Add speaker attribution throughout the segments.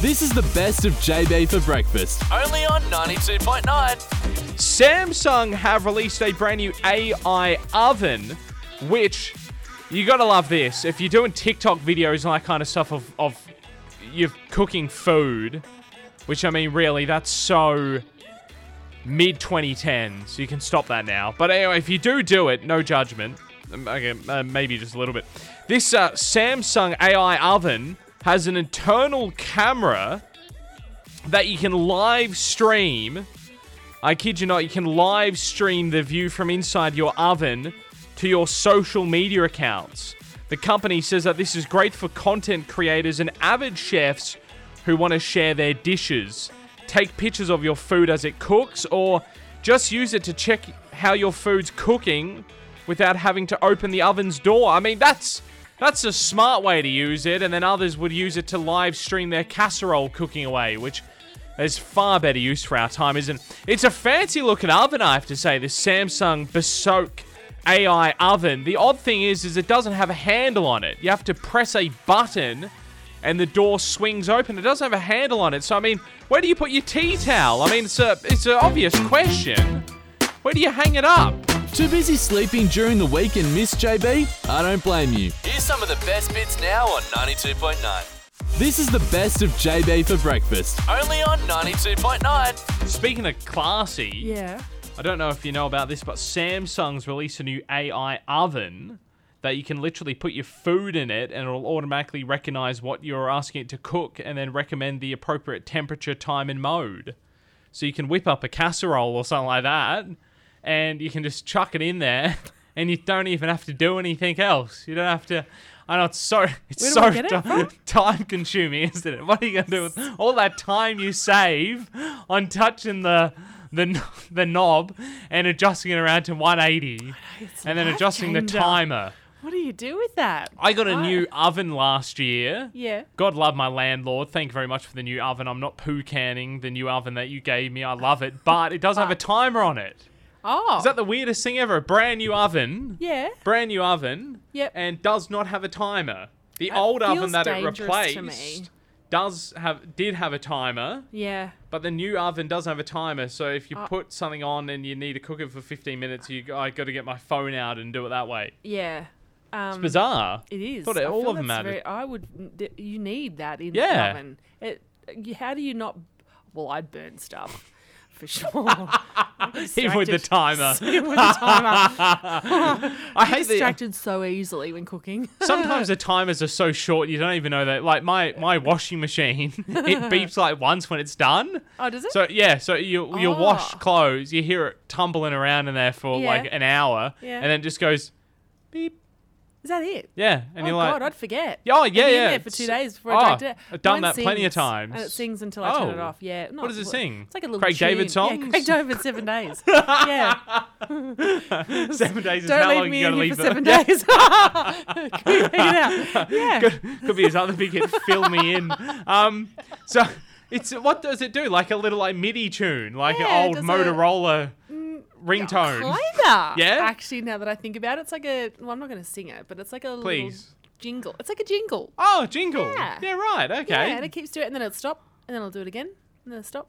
Speaker 1: This is the best of JB for breakfast. Only on 92.9.
Speaker 2: Samsung have released a brand new AI oven, which you gotta love this. If you're doing TikTok videos and that kind of stuff of, of you cooking food, which I mean, really, that's so mid 2010s. You can stop that now. But anyway, if you do do it, no judgment. Um, Okay, uh, maybe just a little bit. This uh, Samsung AI oven has an internal camera that you can live stream. I kid you not, you can live stream the view from inside your oven to your social media accounts. The company says that this is great for content creators and avid chefs who want to share their dishes. Take pictures of your food as it cooks, or just use it to check how your food's cooking without having to open the oven's door. I mean, that's that's a smart way to use it, and then others would use it to live stream their casserole cooking away, which there's far better use for our time, isn't it? It's a fancy looking oven, I have to say, this Samsung Besok AI oven. The odd thing is, is it doesn't have a handle on it. You have to press a button and the door swings open. It doesn't have a handle on it. So I mean, where do you put your tea towel? I mean, it's a it's an obvious question. Where do you hang it up?
Speaker 1: Too busy sleeping during the week and miss JB? I don't blame you.
Speaker 3: Here's some of the best bits now on 92.9.
Speaker 1: This is the best of JB for breakfast.
Speaker 3: Only on 92.9.
Speaker 2: Speaking of classy,
Speaker 4: Yeah.
Speaker 2: I don't know if you know about this, but Samsung's released a new AI oven that you can literally put your food in it and it'll automatically recognize what you're asking it to cook and then recommend the appropriate temperature, time, and mode. So you can whip up a casserole or something like that and you can just chuck it in there and you don't even have to do anything else. You don't have to. I know it's so it's
Speaker 4: Where do
Speaker 2: so
Speaker 4: I get it from?
Speaker 2: time consuming, isn't it? What are you gonna do with all that time you save on touching the the kn- the knob and adjusting it around to 180, and then adjusting the
Speaker 4: life-changer.
Speaker 2: timer?
Speaker 4: What do you do with that?
Speaker 2: I got a
Speaker 4: Oh.
Speaker 2: new oven last year.
Speaker 4: Yeah.
Speaker 2: God love my landlord. Thank you very much for the new oven. I'm not poo canning the new oven that you gave me. I love it, but it does have a timer on it.
Speaker 4: Oh.
Speaker 2: Is that the weirdest thing ever? A brand new oven.
Speaker 4: yeah.
Speaker 2: Brand new oven.
Speaker 4: Yep.
Speaker 2: And does not have a timer. The old oven
Speaker 4: feels
Speaker 2: that it
Speaker 4: dangerous to me.
Speaker 2: replaced does have did have a timer,
Speaker 4: Yeah.
Speaker 2: but the new oven doesn't have a timer. So if you
Speaker 4: Uh,
Speaker 2: put something on and you need to cook it for 15 minutes, you I got to get my phone out and do it that way.
Speaker 4: Yeah. Um,
Speaker 2: Bizarre.
Speaker 4: Mm. It is.
Speaker 2: Thought
Speaker 4: I
Speaker 2: it, all
Speaker 4: feel
Speaker 2: of them
Speaker 4: that's
Speaker 2: had
Speaker 4: very-
Speaker 2: it.
Speaker 4: I would. th- You need that in
Speaker 2: Yeah.
Speaker 4: the oven. It, you- how do you not? Well, I'd burn stuff for sure. I'm
Speaker 2: Even with the
Speaker 4: distracted-
Speaker 2: timer.
Speaker 4: Even with the timer.
Speaker 2: I hate the,
Speaker 4: distracted so easily when cooking.
Speaker 2: sometimes the timers are so short you don't even know that. Like my my washing machine, it beeps like once when it's done.
Speaker 4: Oh, does it?
Speaker 2: So yeah, so you you wash
Speaker 4: Oh.
Speaker 2: clothes, you hear it tumbling around in there for
Speaker 4: Yeah.
Speaker 2: like an hour,
Speaker 4: Yeah.
Speaker 2: and then it just goes beep.
Speaker 4: is that it?
Speaker 2: Yeah, and
Speaker 4: oh
Speaker 2: you're
Speaker 4: God,
Speaker 2: like,
Speaker 4: I'd forget.
Speaker 2: Yeah, oh,
Speaker 4: I'd
Speaker 2: yeah,
Speaker 4: be in
Speaker 2: yeah,
Speaker 4: there for two
Speaker 2: it's-
Speaker 4: days before
Speaker 2: oh,
Speaker 4: I did it.
Speaker 2: I've done
Speaker 4: Mine
Speaker 2: that plenty of
Speaker 4: sings,
Speaker 2: times.
Speaker 4: And it sings until I turn it
Speaker 2: Oh.
Speaker 4: off. Yeah. Not,
Speaker 2: does it
Speaker 4: well,
Speaker 2: sing?
Speaker 4: It's like a little
Speaker 2: Craig David
Speaker 4: tune. Yeah, Craig
Speaker 2: songs?
Speaker 4: David Seven Days. yeah.
Speaker 2: seven days is
Speaker 4: Don't
Speaker 2: how
Speaker 4: leave
Speaker 2: long
Speaker 4: me
Speaker 2: you
Speaker 4: in
Speaker 2: gotta
Speaker 4: here
Speaker 2: leave
Speaker 4: for
Speaker 2: it."
Speaker 4: seven days. Figure it out. Yeah.
Speaker 2: Could, could be his other big hit, fill me in. Um, so it's what does it do? Like a little like MIDI tune, like
Speaker 4: Yeah,
Speaker 2: an old
Speaker 4: does it- Mm,
Speaker 2: Motorola ringtone.
Speaker 4: Kinda.
Speaker 2: Yeah?
Speaker 4: Actually, now that I think about it, it's like a. Well, I'm not going to sing it, but it's like a
Speaker 2: Please.
Speaker 4: little jingle. It's like a jingle.
Speaker 2: Oh, jingle.
Speaker 4: Yeah.
Speaker 2: right. Okay.
Speaker 4: Yeah, and it keeps doing it, and then it'll stop, and then I'll do it again, and then it'll stop.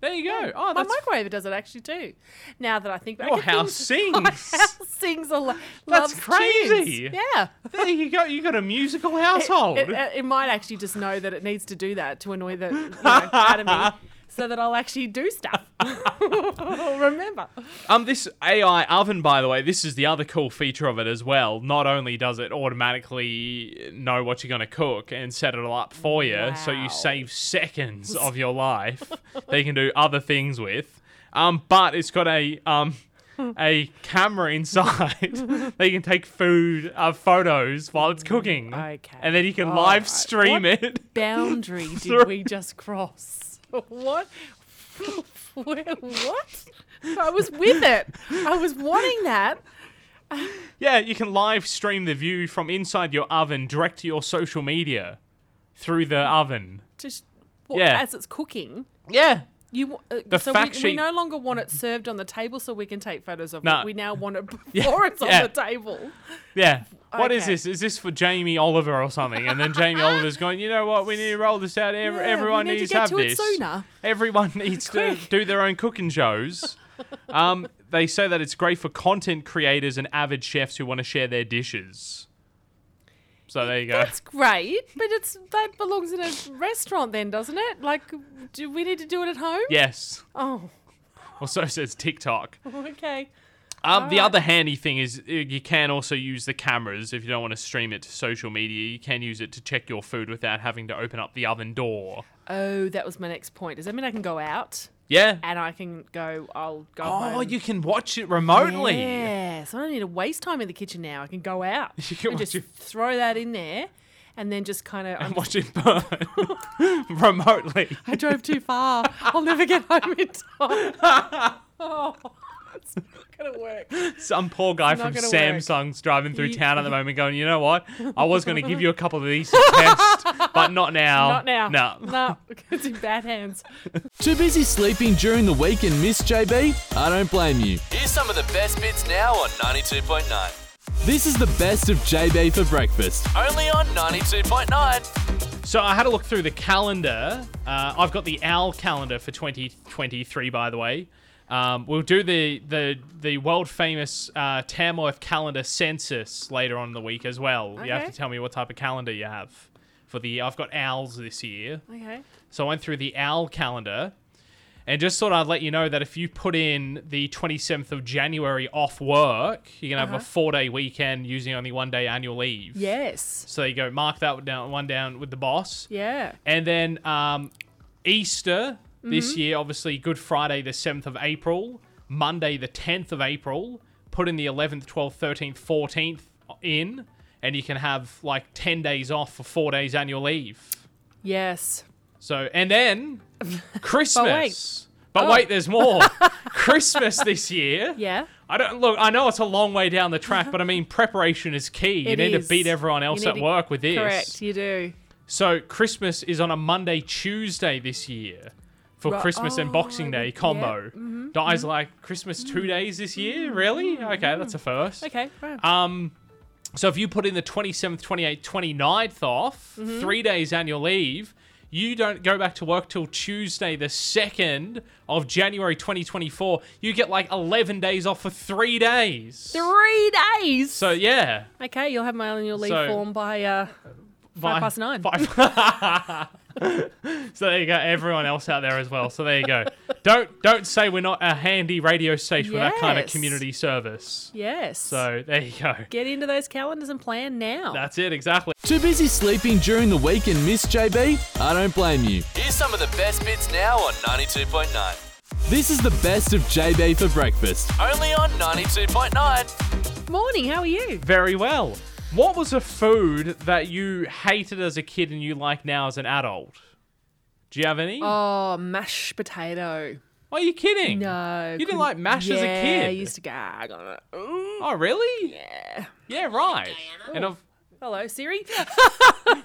Speaker 2: there you go. Oh,
Speaker 4: My
Speaker 2: that's
Speaker 4: microwave does it actually too. Now that I think about it, I
Speaker 2: your
Speaker 4: could think-
Speaker 2: house
Speaker 4: My
Speaker 2: sings.
Speaker 4: house sings a lot.
Speaker 2: That's crazy.
Speaker 4: Yeah.
Speaker 2: there you go. You got a musical
Speaker 4: It-
Speaker 2: household.
Speaker 4: It, it- it might actually just know that it needs to do that to annoy the you know, out of me, so that I'll actually do stuff. Remember.
Speaker 2: Um, this AI oven, by the way, this is the other cool feature of it as well. Not only does it automatically know what you're going to cook and set it all up for you, so
Speaker 4: Wow.
Speaker 2: you save seconds of your life that you can do other things with, um, but it's got a um, a camera inside that you can take food uh, photos while it's cooking.
Speaker 4: Okay.
Speaker 2: And then you can
Speaker 4: All
Speaker 2: live
Speaker 4: right.
Speaker 2: stream it.
Speaker 4: Boundary
Speaker 2: Sorry.
Speaker 4: did we just cross? What? Where, what? I was with it. I was wanting that.
Speaker 2: Yeah, you can live stream the view from inside your oven direct to your social media through the oven.
Speaker 4: Just well,
Speaker 2: Yeah.
Speaker 4: as it's cooking.
Speaker 2: Yeah.
Speaker 4: You w- uh,
Speaker 2: The
Speaker 4: so
Speaker 2: fact
Speaker 4: we, we
Speaker 2: sheet-
Speaker 4: no longer want it served on the table so we can take photos of
Speaker 2: No.
Speaker 4: it. We now want it before
Speaker 2: Yeah,
Speaker 4: it's
Speaker 2: yeah.
Speaker 4: on the table.
Speaker 2: Yeah. What is
Speaker 4: Okay.
Speaker 2: this? Is this for Jamie Oliver or something? And then Jamie Oliver's going, you know what? We need to roll this out. Ev-
Speaker 4: Yeah, we
Speaker 2: everyone
Speaker 4: need to
Speaker 2: needs
Speaker 4: get
Speaker 2: have
Speaker 4: to it
Speaker 2: this.
Speaker 4: sooner."
Speaker 2: Everyone needs to
Speaker 4: Quick.
Speaker 2: do their own cooking shows. um, they say that it's great for content creators and avid chefs who want to share their dishes. So there you go.
Speaker 4: That's great, but it's that belongs in a restaurant then, doesn't it? Like, do we need to do it at home?
Speaker 2: yes.
Speaker 4: Oh,
Speaker 2: Well, so says TikTok.
Speaker 4: okay.
Speaker 2: Um, the
Speaker 4: Alright.
Speaker 2: other handy thing is uh, you can also use the cameras if you don't want to stream it to social media. You can use it to check your food without having to open up the oven door.
Speaker 4: Oh, that was my next point. Does that mean I can go out
Speaker 2: Yeah.
Speaker 4: and I can go? I'll go.
Speaker 2: Oh,
Speaker 4: home.
Speaker 2: you can watch it remotely.
Speaker 4: Yeah, so I don't need to waste time in the kitchen now. I can go out
Speaker 2: You can
Speaker 4: and
Speaker 2: watch
Speaker 4: just
Speaker 2: it-
Speaker 4: throw that in there, and then just kind of.
Speaker 2: Watch it burn remotely.
Speaker 4: I drove too far. I'll never get home in time. Oh, it's not gonna work.
Speaker 2: Some poor guy
Speaker 4: not
Speaker 2: from
Speaker 4: gonna
Speaker 2: Samsung's driving through
Speaker 4: You-
Speaker 2: town at the moment going, you know what? I was going to give you a couple of these to test, but not now.
Speaker 4: Not now.
Speaker 2: No.
Speaker 4: no, it's in bad hands.
Speaker 1: Too busy sleeping during the week and miss JB? I don't blame you.
Speaker 3: Here's some of the best bits now on 92.9.
Speaker 1: This is the best of JB for breakfast.
Speaker 3: Only on 92.9.
Speaker 2: So I had a look through the calendar. Uh, I've got the OWL calendar for 2023, by the way. Um, we'll do the the, the world famous uh, Tamworth calendar census later on in the week as well. You have
Speaker 4: Okay.
Speaker 2: to tell me what type of calendar you have for the. I've got owls this year.
Speaker 4: Okay.
Speaker 2: So I went through the OWL calendar and just thought I'd let you know that if you put in the 27th of January off work, you're going to have a four day weekend using only one day annual leave.
Speaker 4: Yes.
Speaker 2: So you go mark that down, one down with the boss.
Speaker 4: Yeah.
Speaker 2: And then um, Easter this year, obviously Good Friday, the 7th of April, Monday, the 10th of April, put in the 11th, 12th, 13th, 14th in, and you can have like 10 days off for four days annual leave.
Speaker 4: Yes.
Speaker 2: So and then Christmas. But wait,
Speaker 4: Oh.
Speaker 2: there's more. Christmas this year.
Speaker 4: Yeah.
Speaker 2: I don't look. I know it's a long way down the track, but I mean preparation is key. you
Speaker 4: It
Speaker 2: need
Speaker 4: is.
Speaker 2: to beat everyone
Speaker 4: You
Speaker 2: else
Speaker 4: need
Speaker 2: at
Speaker 4: to-
Speaker 2: work with this.
Speaker 4: Correct. You do.
Speaker 2: So Christmas is on a Monday, Tuesday this year for
Speaker 4: Right.
Speaker 2: Christmas and
Speaker 4: Oh, Mm-hmm.
Speaker 2: Boxing Day combo. Dies like Christmas two days this year. Really? Okay, that's a first.
Speaker 4: Okay. Right.
Speaker 2: Um, So if you put in the 27th, 28th, 29th off,
Speaker 4: Mm-hmm.
Speaker 2: three days annual leave, you don't go back to work till Tuesday, the 2nd of January 2024. You get like 11 days off for three days.
Speaker 4: Three days.
Speaker 2: So yeah.
Speaker 4: okay, you'll have my annual leave
Speaker 2: So-
Speaker 4: form by uh,
Speaker 2: Five-
Speaker 4: past nine.
Speaker 2: five- so there you go. Everyone else out there as well. So there you go. Don't don't say we're not a handy radio station with that kind of
Speaker 4: Yes.
Speaker 2: community service.
Speaker 4: yes.
Speaker 2: So there you go.
Speaker 4: get into those calendars and plan now.
Speaker 2: That's it exactly.
Speaker 1: Too busy sleeping during the week and miss JB? I don't blame you.
Speaker 3: Here's some of the best bits now on 92.9.
Speaker 1: This is the best of JB for breakfast.
Speaker 3: Only on 92.9.
Speaker 4: Morning. How are you?
Speaker 2: Very well. What was a food that you hated as a kid and you like now as an adult? Do you have any?
Speaker 4: Oh, mashed potato.
Speaker 2: Are you kidding?
Speaker 4: No.
Speaker 2: You didn't like mash as a
Speaker 4: Yeah,
Speaker 2: kid?
Speaker 4: I used to gag on it. Ooh.
Speaker 2: Oh really?
Speaker 4: Yeah.
Speaker 2: Yeah, right. And of
Speaker 4: Hello, Siri.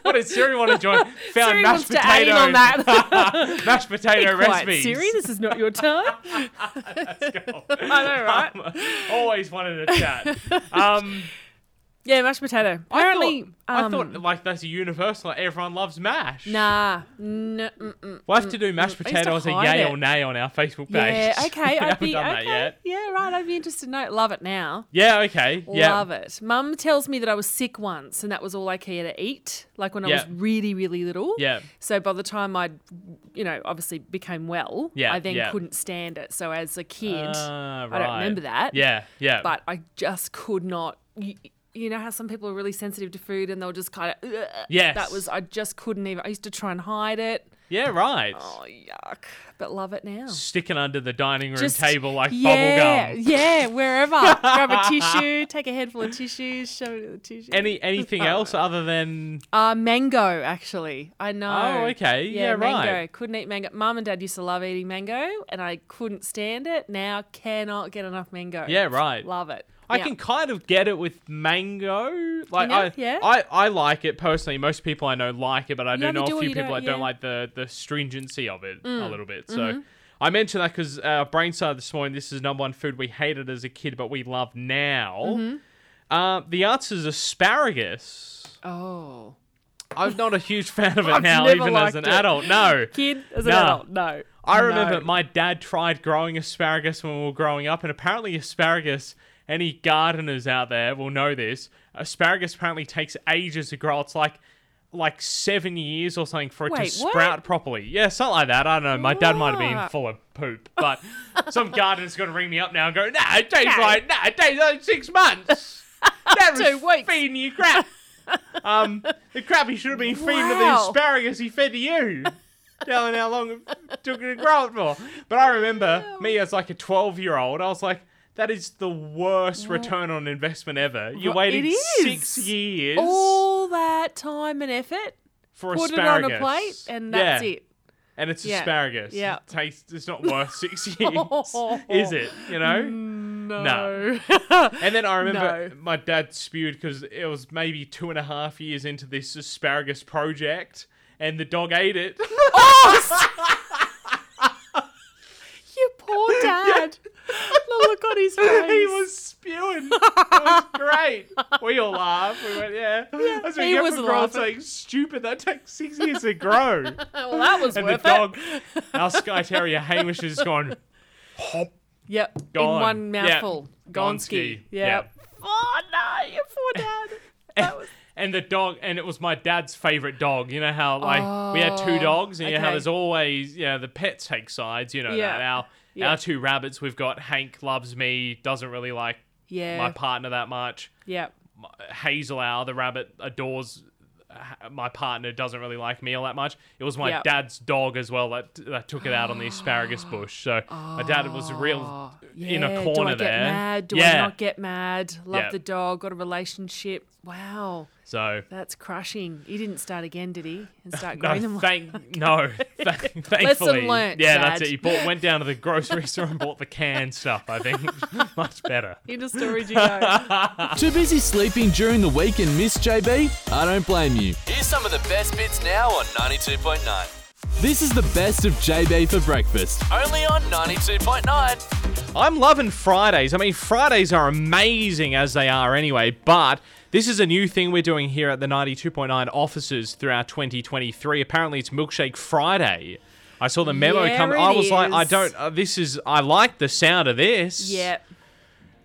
Speaker 2: what did Siri want to join? Found
Speaker 4: Siri wants
Speaker 2: mashed
Speaker 4: to add in
Speaker 2: potato.
Speaker 4: on that.
Speaker 2: mashed potato
Speaker 4: Quiet,
Speaker 2: recipes.
Speaker 4: Siri, this is not your time.
Speaker 2: Go.
Speaker 4: I know, right?
Speaker 2: Um, Always wanted to chat. Um,
Speaker 4: Yeah, mashed potato. Apparently,
Speaker 2: I thought,
Speaker 4: um,
Speaker 2: I thought like that's a universal. Like everyone loves mash.
Speaker 4: Nah, no, mm-mm.
Speaker 2: we'll have to do mashed
Speaker 4: I used to
Speaker 2: potato as a
Speaker 4: hide
Speaker 2: yay
Speaker 4: it.
Speaker 2: or nay on our Facebook page.
Speaker 4: yeah,
Speaker 2: we
Speaker 4: okay. I'd
Speaker 2: haven't
Speaker 4: be,
Speaker 2: done that
Speaker 4: okay.
Speaker 2: yet.
Speaker 4: Yeah, right. I'd be interested. No, love it now.
Speaker 2: Yeah, okay. Yeah.
Speaker 4: Love it. Mum tells me that I was sick once, and that was all I care to eat. Like when I
Speaker 2: Yeah.
Speaker 4: was really, really little.
Speaker 2: Yeah.
Speaker 4: So by the time I, you know, obviously became well,
Speaker 2: Yeah,
Speaker 4: I then
Speaker 2: yeah.
Speaker 4: couldn't stand it. So as a kid,
Speaker 2: Ah,
Speaker 4: I don't
Speaker 2: right.
Speaker 4: remember that.
Speaker 2: Yeah, yeah.
Speaker 4: but I just could not. You, you know how some people are really sensitive to food and they'll just kind of.
Speaker 2: Yes.
Speaker 4: That was I just couldn't even. I used to try and hide it.
Speaker 2: yeah, right.
Speaker 4: Oh yuck! But love it now.
Speaker 2: Sticking under the dining room
Speaker 4: Just-
Speaker 2: table like
Speaker 4: yeah,
Speaker 2: bubble gum.
Speaker 4: yeah, wherever. Grab a tissue, take a handful of tissues, shove it in the tissue.
Speaker 2: Any anything else other than
Speaker 4: uh, mango, actually. I know.
Speaker 2: Oh, okay.
Speaker 4: Yeah,
Speaker 2: Yeah,
Speaker 4: mango.
Speaker 2: right.
Speaker 4: Couldn't eat mango. Mum and dad used to love eating mango, and I couldn't stand it. Now cannot get enough mango.
Speaker 2: Yeah, right.
Speaker 4: Love it.
Speaker 2: I
Speaker 4: Yeah.
Speaker 2: can kind of get it with mango. Like
Speaker 4: know?
Speaker 2: I,
Speaker 4: Yeah.
Speaker 2: I, I like it personally. Most people I know like it, but I do
Speaker 4: either
Speaker 2: know
Speaker 4: do
Speaker 2: a
Speaker 4: or
Speaker 2: few
Speaker 4: you
Speaker 2: people
Speaker 4: don't, Mm. Mm-hmm.
Speaker 2: that don't
Speaker 4: yeah.
Speaker 2: like the the stringency of it a little bit. So I mentioned that because uh, brain started this morning. This is number one food we hated as a kid, but we love now.
Speaker 4: Mm-hmm.
Speaker 2: Uh, the answer is asparagus.
Speaker 4: Oh.
Speaker 2: I'm not a huge fan of it
Speaker 4: I've
Speaker 2: now,
Speaker 4: never
Speaker 2: even as
Speaker 4: liked
Speaker 2: an
Speaker 4: it.
Speaker 2: adult. No.
Speaker 4: Kid as an
Speaker 2: Nah.
Speaker 4: adult, no.
Speaker 2: I remember
Speaker 4: No.
Speaker 2: my dad tried growing asparagus when we were growing up, and apparently asparagus. Any gardeners out there will know this. Asparagus apparently takes ages to grow. It's like like seven years or something for it
Speaker 4: Wait,
Speaker 2: to
Speaker 4: what?
Speaker 2: sprout properly. Yeah, something like that. I don't know. My dad might have been
Speaker 4: What?
Speaker 2: full of poop, but some gardener's going to ring me up now and go, "Nah, it takes
Speaker 4: No.
Speaker 2: like nah, it takes like six months. That was
Speaker 4: Two weeks.
Speaker 2: feeding you crap. Um, the crap he should have been feeding to the
Speaker 4: Wow.
Speaker 2: asparagus he fed to you." telling how long it took her to grow it for. But I
Speaker 4: Oh.
Speaker 2: remember me as like a 12 year old, I was like, that is the worst return on investment ever. You
Speaker 4: Right, it
Speaker 2: waited six
Speaker 4: is.
Speaker 2: years
Speaker 4: All that time and effort,
Speaker 2: for
Speaker 4: put
Speaker 2: asparagus.
Speaker 4: it on a plate, and that's
Speaker 2: Yeah,
Speaker 4: it.
Speaker 2: And it's
Speaker 4: Yeah,
Speaker 2: asparagus.
Speaker 4: yeah.
Speaker 2: It tastes, it's not worth six years, is it? You know?
Speaker 4: No.
Speaker 2: No. And then I remember
Speaker 4: Mm. No.
Speaker 2: my dad spewed because it was maybe two and a half years into this asparagus project, and the dog ate it.
Speaker 4: you poor dad. The look on his face.
Speaker 2: he was spewing. It was great. We all laughed. We went, yeah. That's what
Speaker 4: he
Speaker 2: you get
Speaker 4: was
Speaker 2: for growing
Speaker 4: laughing.
Speaker 2: something stupid that takes six years to grow.
Speaker 4: Oh, well, that was
Speaker 2: and the
Speaker 4: worth
Speaker 2: dog,
Speaker 4: it.
Speaker 2: our Sky Terrier Hamish, is gone.
Speaker 4: Yep.
Speaker 2: Gone.
Speaker 4: In one
Speaker 2: Yeah.
Speaker 4: mouthful.
Speaker 2: Gone
Speaker 4: Gonski.
Speaker 2: ski.
Speaker 4: Yep. Oh no, you poor dad. That was
Speaker 2: And the dog, and it was my dad's favorite dog. You know how like we had two
Speaker 4: Oh,
Speaker 2: dogs, and you know how
Speaker 4: okay.
Speaker 2: there's always you know the pets take sides. You know
Speaker 4: Yeah.
Speaker 2: that our
Speaker 4: Yeah.
Speaker 2: our two rabbits. We've got Hank loves me, doesn't really like
Speaker 4: yeah.
Speaker 2: my partner that much.
Speaker 4: yep.
Speaker 2: Hazel Hour, the rabbit, adores uh, my partner, doesn't really like me all that much. It was my
Speaker 4: Yep.
Speaker 2: dad's dog as well that, that took it out on the asparagus bush. So my dad was real in
Speaker 4: Yeah,
Speaker 2: a corner
Speaker 4: Do I get
Speaker 2: there.
Speaker 4: mad? Do
Speaker 2: yeah.
Speaker 4: I not get mad? Love
Speaker 2: Yeah.
Speaker 4: the dog. Got a relationship. Wow,
Speaker 2: so.
Speaker 4: that's crushing. He didn't start again, did he? And start growing them.
Speaker 2: No,
Speaker 4: like-
Speaker 2: thank, no, thank, thankfully.
Speaker 4: learnt,
Speaker 2: yeah, that's
Speaker 4: Dad.
Speaker 2: it. He bought, went down to the grocery store and bought the canned stuff, I think. Much better.
Speaker 4: Into storage you go.
Speaker 1: Too busy sleeping during the week and miss JB? I don't blame you.
Speaker 3: Here's some of the best bits now on 92.9.
Speaker 1: This is the best of JB for breakfast.
Speaker 3: Only on 92.9.
Speaker 2: I'm loving Fridays. I mean, Fridays are amazing as they are anyway, but this is a new thing we're doing here at the 92.9 offices throughout 2023. Apparently, it's Milkshake Friday. I saw the memo
Speaker 4: Yeah,
Speaker 2: come.
Speaker 4: it
Speaker 2: I was like, I
Speaker 4: is.
Speaker 2: don't, uh, this is, I like the sound of this.
Speaker 4: yeah.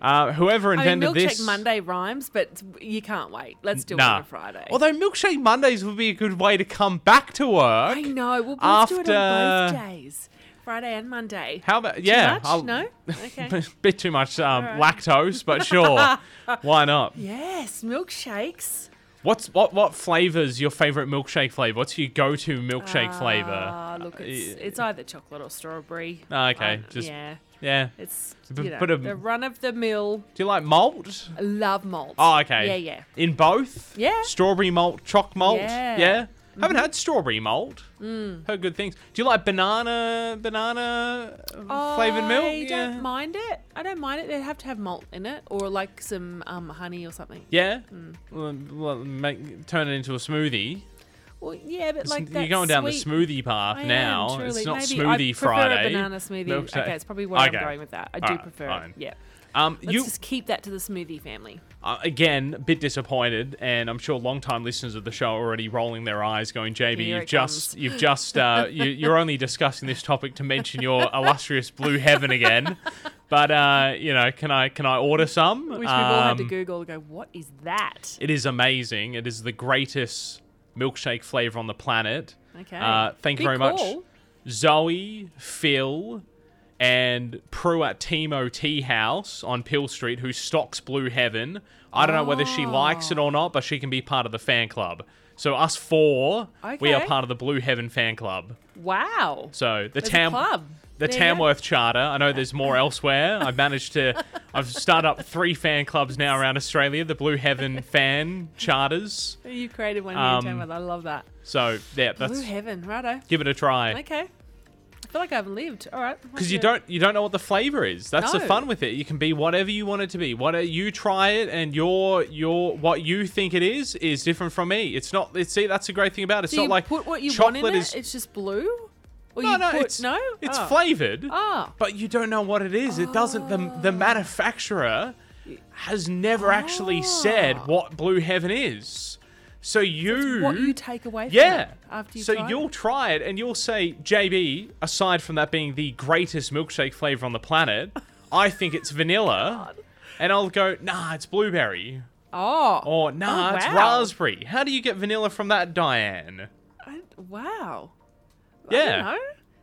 Speaker 2: Uh, whoever
Speaker 4: I
Speaker 2: invented
Speaker 4: mean, milkshake
Speaker 2: this.
Speaker 4: Monday rhymes, but it's- you can't wait. Let's do it
Speaker 2: Nah.
Speaker 4: on a Friday.
Speaker 2: Although Milkshake Mondays would be a good way to come back to work.
Speaker 4: I know. We'll both do it on
Speaker 2: after-
Speaker 4: both days, Friday and Monday.
Speaker 2: How about,
Speaker 4: Too
Speaker 2: yeah.
Speaker 4: much?
Speaker 2: I'll-
Speaker 4: No. Okay.
Speaker 2: bit too much um,
Speaker 4: All right.
Speaker 2: lactose, but sure. Why not?
Speaker 4: yes, milkshakes.
Speaker 2: What's what what flavors your favorite milkshake flavor? What's your go-to milkshake
Speaker 4: Ah,
Speaker 2: flavor?
Speaker 4: look, it's, it's either chocolate or strawberry.
Speaker 2: Uh, Ah, okay,
Speaker 4: Um,
Speaker 2: just-
Speaker 4: yeah.
Speaker 2: Yeah.
Speaker 4: It's
Speaker 2: B-
Speaker 4: you know,
Speaker 2: but a-
Speaker 4: the run of the mill.
Speaker 2: Do you like malt?
Speaker 4: Love malt.
Speaker 2: Oh, okay.
Speaker 4: Yeah, yeah.
Speaker 2: In both?
Speaker 4: Yeah.
Speaker 2: Strawberry malt, choc malt.
Speaker 4: Yeah. Mm.
Speaker 2: Haven't had strawberry malt. Heard good things. Do you like banana banana uh, flavored milk?
Speaker 4: I
Speaker 2: yeah.
Speaker 4: don't mind it. I don't mind it. They have to have malt in it, or like some um, honey or something.
Speaker 2: Yeah.
Speaker 4: Mm.
Speaker 2: Well, well, make, turn it into a smoothie.
Speaker 4: Well, yeah, but
Speaker 2: It's-
Speaker 4: like
Speaker 2: You're
Speaker 4: that
Speaker 2: going down
Speaker 4: sweet-
Speaker 2: the smoothie path
Speaker 4: I am,
Speaker 2: now.
Speaker 4: truly.
Speaker 2: it's not
Speaker 4: Maybe
Speaker 2: smoothie
Speaker 4: I prefer
Speaker 2: Friday.
Speaker 4: A banana smoothie.
Speaker 2: Milkshake.
Speaker 4: Okay, it's probably where
Speaker 2: Okay.
Speaker 4: I'm going with that. I do
Speaker 2: Alright,
Speaker 4: prefer
Speaker 2: fine.
Speaker 4: it. Yeah.
Speaker 2: Um,
Speaker 4: Let's
Speaker 2: you
Speaker 4: just keep that to the smoothie family.
Speaker 2: uh, again, a bit disappointed, and I'm sure long-time listeners of the show are already rolling their eyes, going, "JB,
Speaker 4: Here
Speaker 2: you've
Speaker 4: it
Speaker 2: just,
Speaker 4: comes."
Speaker 2: you've just, uh, you, you're only discussing this topic to mention your illustrious blue heaven again." But uh, you know, can I can I order some?
Speaker 4: Which we've all had to
Speaker 2: Um,
Speaker 4: Google to go, what is that?
Speaker 2: It is amazing. It is the greatest milkshake flavor on the planet.
Speaker 4: Okay.
Speaker 2: Uh, thank you
Speaker 4: Big
Speaker 2: very
Speaker 4: call.
Speaker 2: much, Zoe, Phil, and Prue at Timo Tea House on Pill Street, who stocks Blue Heaven. I don't know whether she
Speaker 4: Ah.
Speaker 2: likes it or not, but she can be part of the fan club. So us four, we are
Speaker 4: Okay.
Speaker 2: part of the Blue Heaven fan club.
Speaker 4: Wow.
Speaker 2: So the
Speaker 4: There's a
Speaker 2: Tam
Speaker 4: club.
Speaker 2: the
Speaker 4: There you go.
Speaker 2: Tamworth Charter. I know there's more elsewhere. I've managed to. I've started up three fan clubs now around Australia. The Blue Heaven fan charters.
Speaker 4: You created one
Speaker 2: Um,
Speaker 4: um, new I love that.
Speaker 2: So yeah, that's
Speaker 4: Blue heaven, righto.
Speaker 2: give it a try.
Speaker 4: Okay. I feel like I haven't lived. All right. I'll
Speaker 2: Because you
Speaker 4: do it.
Speaker 2: don't you don't know what the flavor is. That's the
Speaker 4: No.
Speaker 2: fun with it. You can be whatever you want it to be. What you try it, and your your what you think it is is different from me. It's not. It's see that's the great thing about it. It's
Speaker 4: So
Speaker 2: not
Speaker 4: you
Speaker 2: like
Speaker 4: put what you want
Speaker 2: chocolate
Speaker 4: in it.
Speaker 2: is
Speaker 4: It's just blue. Or
Speaker 2: No,
Speaker 4: you
Speaker 2: no,
Speaker 4: put-
Speaker 2: it's
Speaker 4: no?
Speaker 2: It's
Speaker 4: oh.
Speaker 2: flavored.
Speaker 4: Ah.
Speaker 2: But you don't know what it is. It doesn't. The, the manufacturer has never actually said what Blue Heaven is. So you.
Speaker 4: Ah. What you take away from
Speaker 2: yeah.
Speaker 4: it after you
Speaker 2: so
Speaker 4: try it.
Speaker 2: you'll try it and you'll say, JB, aside from that being the greatest milkshake flavor on the planet, I think it's vanilla. And I'll go, nah, it's blueberry.
Speaker 4: Oh.
Speaker 2: Or, nah,
Speaker 4: Oh,
Speaker 2: it's
Speaker 4: wow.
Speaker 2: raspberry. How do you get vanilla from that, Diane?
Speaker 4: I, wow. I
Speaker 2: Yeah. Oh.
Speaker 4: don't know.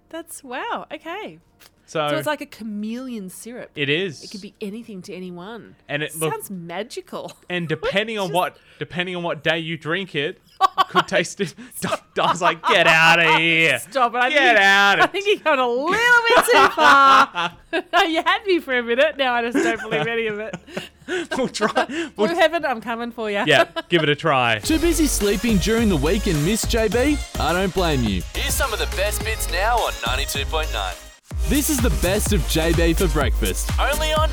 Speaker 4: That's wow. Okay.
Speaker 2: So,
Speaker 4: So it's like a chameleon syrup.
Speaker 2: it is.
Speaker 4: It could be anything to anyone.
Speaker 2: And it look-
Speaker 4: sounds magical.
Speaker 2: and depending on what depending on what day you drink it, could taste it. Di's like, get out of here.
Speaker 4: Stop it. I
Speaker 2: Get
Speaker 4: think,
Speaker 2: out
Speaker 4: I
Speaker 2: of
Speaker 4: think you got a little bit too far. you had me for a minute. Now I just don't believe any of it.
Speaker 2: We'll try.
Speaker 4: Blue
Speaker 2: We'll,
Speaker 4: Heaven, I'm coming for you.
Speaker 2: yeah, give it a try.
Speaker 1: Too busy sleeping during the week and miss JB? I don't blame you.
Speaker 3: Here's some of the best bits now on 92.9.
Speaker 1: This is the best of JB for breakfast.
Speaker 3: Only on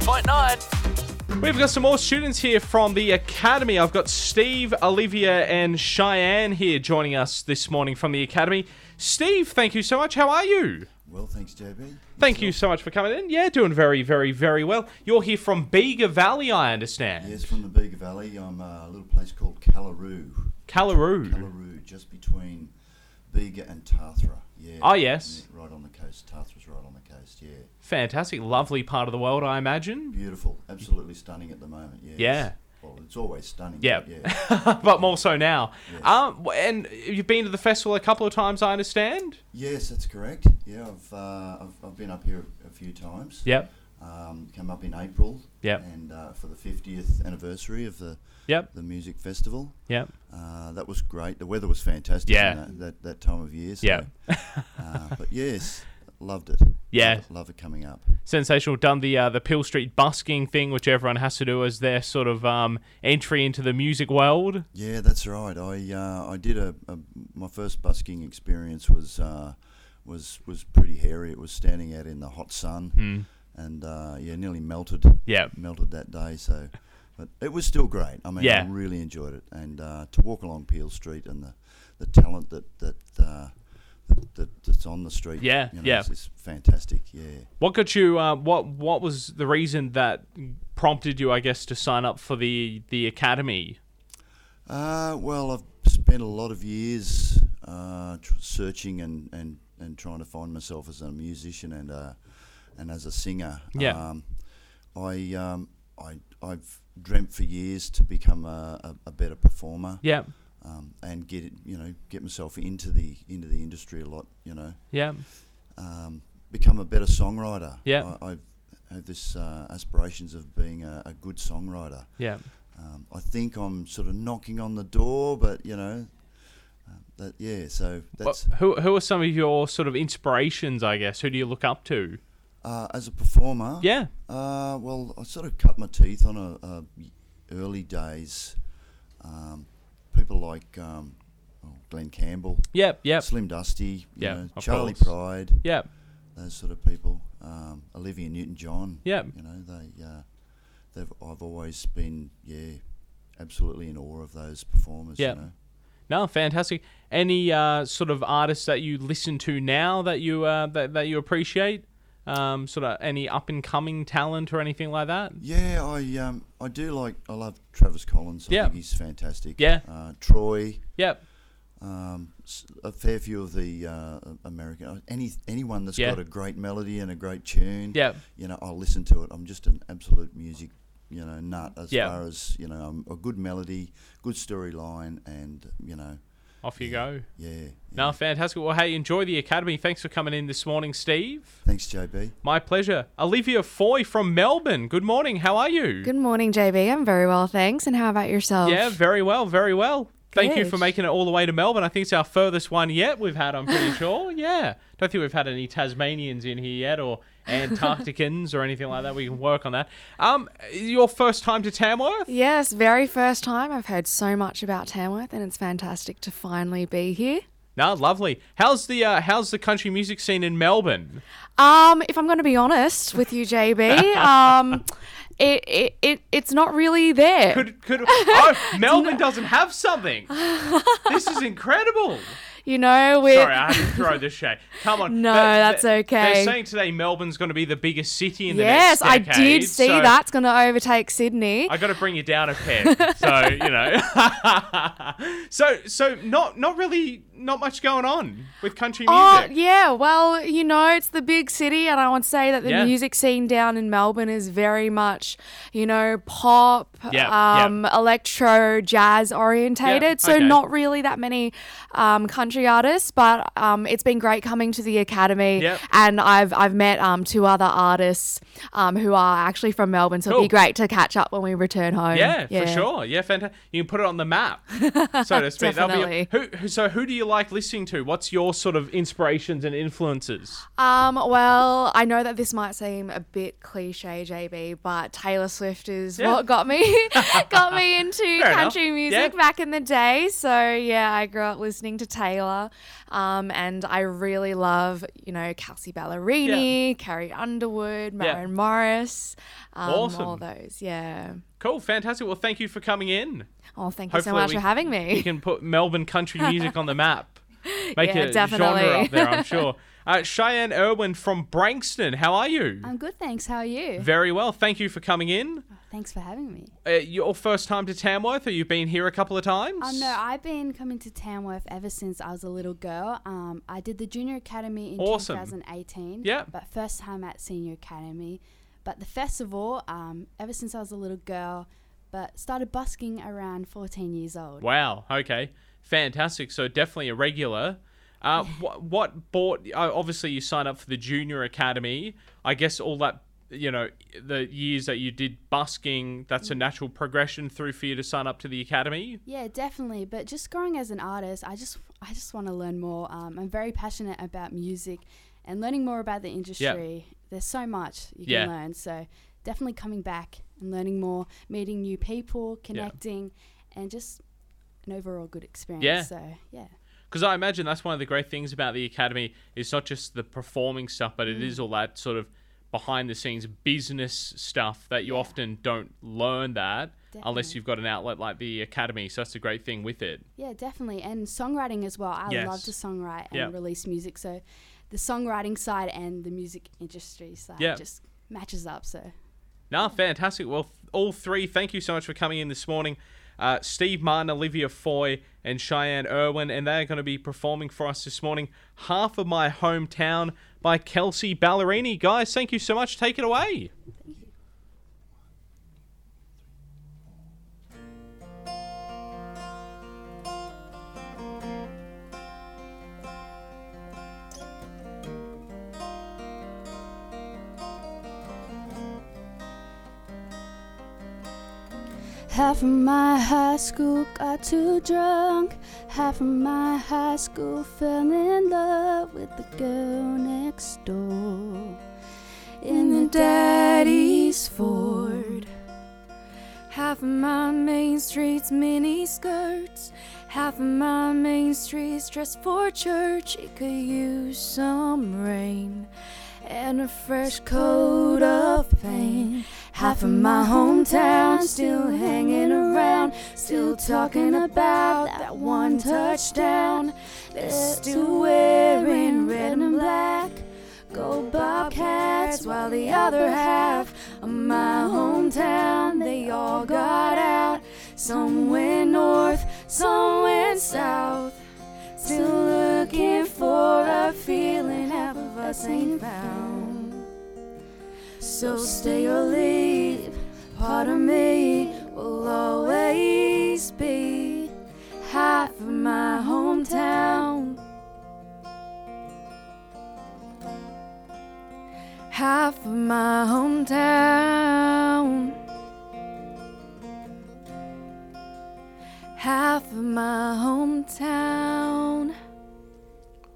Speaker 3: 92.9.
Speaker 2: We've got some more students here from the academy. I've got Steve, Olivia, and Cheyenne here joining us this morning from the academy. Steve, thank you so much. How are you?
Speaker 5: Well, thanks, JB.
Speaker 2: Thank you so much for coming in. Yeah, doing very, very, very well. You're here from Bega Valley, I understand.
Speaker 5: Yes, from the Bega Valley. I'm uh, a little place called Callaroo.
Speaker 2: Callaroo.
Speaker 5: Callaroo, just between Bega and Tathra. Yeah.
Speaker 2: Ah, yes.
Speaker 5: Yeah, Right on the coast. Tathra's right on the coast. Yeah.
Speaker 2: Fantastic, lovely part of the world, I imagine,
Speaker 5: Beautiful. Absolutely stunning at the moment. Yeah.
Speaker 2: Yeah.
Speaker 5: Well, it's always stunning.
Speaker 2: Yeah.
Speaker 5: but Yeah.
Speaker 2: but more so now. Um, w- and you've been to the festival a couple of times, I understand.
Speaker 5: yes, that's correct. Yeah, I've, uh, I've I've been up here a few times.
Speaker 2: Yep.
Speaker 5: Um, came up in April.
Speaker 2: Yep.
Speaker 5: And uh, for the 50th anniversary of the
Speaker 2: Yep.
Speaker 5: the music festival.
Speaker 2: Yep.
Speaker 5: Uh, that was great. The weather was fantastic.
Speaker 2: Yeah.
Speaker 5: in That, that, that time of year. So,
Speaker 2: Yeah.
Speaker 5: uh, but yes, loved it.
Speaker 2: Yeah.
Speaker 5: Love it, love it coming up.
Speaker 2: Sensational. Done the uh, the Pill Street busking thing, which everyone has to do as their sort of um, entry into the music world.
Speaker 5: Yeah, that's right. I uh, I did a, a my first busking experience was uh, was was pretty hairy. It was standing out in the hot sun, and uh, yeah, nearly melted.
Speaker 2: Hmm. Yeah.
Speaker 5: melted that day. So, but it was still great. I mean,
Speaker 2: Yeah.
Speaker 5: I really enjoyed it, and uh, to walk along Peel Street and the, the talent that that, uh, that that that's on the street.
Speaker 2: Yeah,
Speaker 5: you know,
Speaker 2: yeah.
Speaker 5: is, is fantastic. Yeah.
Speaker 2: What got you? Uh, what What was the reason that prompted you, I guess, to sign up for the the academy?
Speaker 5: Uh, well, I've spent a lot of years uh, tr- searching and, and, and trying to find myself as a musician and uh, and as a singer.
Speaker 2: Yeah.
Speaker 5: Um, I um, I I've dreamt for years to become a, a, a better performer.
Speaker 2: Yeah.
Speaker 5: Um, and get it, you know, get myself into the into the industry a lot. You know,
Speaker 2: Yeah.
Speaker 5: um, become a better songwriter.
Speaker 2: Yeah.
Speaker 5: I, I've have this uh, aspirations of being a, a good songwriter.
Speaker 2: Yeah.
Speaker 5: Um, I think I'm sort of knocking on the door, but you know, um, that yeah. So that's
Speaker 2: Wh- who Who are some of your sort of inspirations? I guess. Who do you look up to?
Speaker 5: uh, as a performer.
Speaker 2: Yeah.
Speaker 5: Uh, well, I sort of cut my teeth on a, a early days. Um, people like um, oh, Glenn Campbell,
Speaker 2: Yep. Yep.
Speaker 5: Slim Dusty, you
Speaker 2: Yeah,
Speaker 5: know,
Speaker 2: of
Speaker 5: Charlie
Speaker 2: course.
Speaker 5: Pride,
Speaker 2: Yep.
Speaker 5: those sort of people. Um, Olivia Newton-John.
Speaker 2: Yep.
Speaker 5: You know, they uh, they've I've always been yeah, absolutely in awe of those performers.
Speaker 2: Yep.
Speaker 5: You know.
Speaker 2: No, fantastic. Any uh, sort of artists that you listen to now that you uh, that, that you appreciate? Um, sort of any up and coming talent or anything like that?
Speaker 5: Yeah, I um, I do like I love Travis Collins. I
Speaker 2: Yeah.
Speaker 5: think he's fantastic.
Speaker 2: Yeah.
Speaker 5: Uh, Troy,
Speaker 2: Yep.
Speaker 5: um, s- a fair few of the uh, American uh, any anyone that's
Speaker 2: Yeah.
Speaker 5: got a great melody and a great tune.
Speaker 2: Yep.
Speaker 5: You know, I'll listen to it. I'm just an absolute music, you know, nut as
Speaker 2: Yeah.
Speaker 5: far as you know, um, a good melody, good storyline, and you know,
Speaker 2: Off you go.
Speaker 5: yeah. yeah.
Speaker 2: No, fantastic. Well, hey, enjoy the academy. Thanks for coming in this morning, Steve.
Speaker 5: Thanks, JB.
Speaker 2: My pleasure. Olivia Foy from Melbourne. Good morning. How are you?
Speaker 6: Good morning, JB. I'm very well, thanks. And how about yourself?
Speaker 2: Yeah, very well, very well. Thank you for
Speaker 6: Good.
Speaker 2: making it all the way to Melbourne. I think it's our furthest one yet we've had, I'm pretty sure. Yeah. Don't think we've had any Tasmanians in here yet or Antarcticans or anything like that. We can work on that. Um, your first time to Tamworth?
Speaker 6: Yes, very first time. I've heard so much about Tamworth, and it's fantastic to finally be here.
Speaker 2: No, lovely. How's the uh, how's the country music scene in Melbourne?
Speaker 6: Um, if I'm going to be honest with you, JB, um, it, it, it it's not really there.
Speaker 2: Could could oh Melbourne doesn't have something. This is incredible.
Speaker 6: You know, with
Speaker 2: Sorry, I had to throw this shade. Come on.
Speaker 6: No,
Speaker 2: They're-
Speaker 6: that's
Speaker 2: they're- They're
Speaker 6: okay.
Speaker 2: saying today Melbourne's going to be the biggest city in the
Speaker 6: yes,
Speaker 2: next
Speaker 6: I
Speaker 2: decade.
Speaker 6: did see
Speaker 2: so
Speaker 6: that's going to overtake Sydney.
Speaker 2: I got to bring you down a peg. so you know. so so not not really not much going on with country
Speaker 6: Oh
Speaker 2: music.
Speaker 6: yeah, well you know it's the big city, and I would say that the
Speaker 2: Yeah.
Speaker 6: music scene down in Melbourne is very much, you know, pop,
Speaker 2: Yeah, yeah.
Speaker 6: um, electro, jazz orientated. So
Speaker 2: okay.
Speaker 6: not really that many um, country artists, but um, it's been great coming to the academy,
Speaker 2: Yep.
Speaker 6: and I've I've met um, two other artists um, who are actually from Melbourne. So it'll be
Speaker 2: Cool.
Speaker 6: great to catch up when we return home.
Speaker 2: Yeah, for sure. Yeah, fantastic. You can put it on the map, so to speak. That'll be-
Speaker 6: Definitely.
Speaker 2: who- who, so, who do you like listening to? What's your sort of inspirations and influences?
Speaker 6: Um, well, I know that this might seem a bit cliche, JB, but Taylor Swift is
Speaker 2: Yeah.
Speaker 6: what got me got me into
Speaker 2: enough.
Speaker 6: country music
Speaker 2: Yeah.
Speaker 6: back in the day. So yeah, I grew up listening to Taylor, um, and I really love you know Kelsey Ballerini, Carrie Underwood,
Speaker 2: Yeah.
Speaker 6: Maren Morris, um, all
Speaker 2: Awesome.
Speaker 6: those. Yeah.
Speaker 2: Cool, fantastic. Well, thank you for coming in.
Speaker 6: Oh, thank you
Speaker 2: Hopefully
Speaker 6: so much
Speaker 2: we-
Speaker 6: for having me.
Speaker 2: You can put Melbourne country music on the map. Make
Speaker 6: Yeah,
Speaker 2: it genre
Speaker 6: definitely.
Speaker 2: up there, I'm sure. Uh, Cheyenne Irwin from Brankston, how are you?
Speaker 7: I'm good, thanks. How are you?
Speaker 2: Very well. Thank you for coming in.
Speaker 7: Thanks for having me.
Speaker 2: Uh, your first time to Tamworth, or you've been here a couple of times?
Speaker 7: Um, no, I've been coming to Tamworth ever since I was a little girl. Um, I did the junior academy in
Speaker 2: Awesome.
Speaker 7: 2018.
Speaker 2: Yep.
Speaker 7: But first time at senior academy. But the festival, um, ever since I was a little girl, but started busking around 14 years old.
Speaker 2: Wow. Okay. Fantastic. So definitely a regular. Uh, what, what bought? Uh, obviously, you signed up for the junior academy. I guess all that you know, the years that you did busking, that's a natural progression through for you to sign up to the academy.
Speaker 7: Yeah, definitely. But just growing as an artist, I just I just want to learn more. Um, I'm very passionate about music and learning more about the industry. There's so much you
Speaker 2: Yeah.
Speaker 7: can learn. So definitely coming back and learning more, meeting new people, connecting, and just an overall good experience.
Speaker 2: Yeah.
Speaker 7: So yeah.
Speaker 2: because I imagine that's one of the great things about the academy. It's not just the performing stuff, but it is all that sort of behind the scenes business stuff that you often don't learn that unless
Speaker 7: Definitely.
Speaker 2: you've got an outlet like the academy. So that's a great thing with it.
Speaker 7: Yeah, definitely. And songwriting as well. I love
Speaker 2: Yes.
Speaker 7: to songwrite and
Speaker 2: Yeah.
Speaker 7: release music. So the songwriting side and the music industry side
Speaker 2: Yeah.
Speaker 7: just matches up. So
Speaker 2: No, fantastic. Well, th- all three, thank you so much for coming in this morning. Uh, Steve Martin, Olivia Foy, and Cheyenne Irwin, and they are going to be performing for us this morning. Half of My Hometown by Kelsey Ballerini. Guys, thank you so much. Take it away.
Speaker 7: Half of my high school got too drunk. Half of my high school fell in love with the girl next door. In the daddy's Ford.
Speaker 6: Half of my main street's mini skirts. Half of my main street's dressed for church. It could use some rain and a fresh coat of paint. Half of my hometown still hanging around, still talking about that one touchdown. They're still wearing red and black. Go Bobcats, while the other half of my hometown, they all got out. Some went north, some went south. Still looking for a feeling half of us ain't found. So stay or leave, part of me will always be half of my hometown. half of my hometown. Half of my hometown.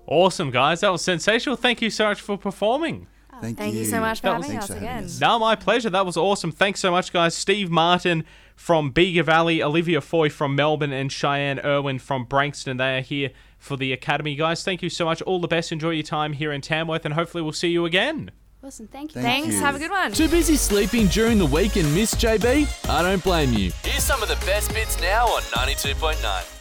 Speaker 2: Awesome, guys. That was sensational. Thank you so much for performing.
Speaker 5: Thank,
Speaker 6: Oh, Thank you so much for
Speaker 2: That was-
Speaker 6: having
Speaker 5: Thanks
Speaker 6: us
Speaker 5: for having
Speaker 6: again.
Speaker 5: us.
Speaker 2: No, my pleasure. That was awesome. Thanks so much, guys. Steve Martin from Bega Valley, Olivia Foy from Melbourne, and Cheyenne Irwin from Brankston. They are here for the Academy, guys. Thank you so much. All the best. Enjoy your time here in Tamworth, and hopefully, we'll see you again.
Speaker 7: Awesome, thank you.
Speaker 5: Thank
Speaker 6: Thanks.
Speaker 5: you.
Speaker 6: Have a good one.
Speaker 1: Too busy sleeping during the week and miss JB? I don't blame you.
Speaker 3: Here's some of the best bits now on 92.9.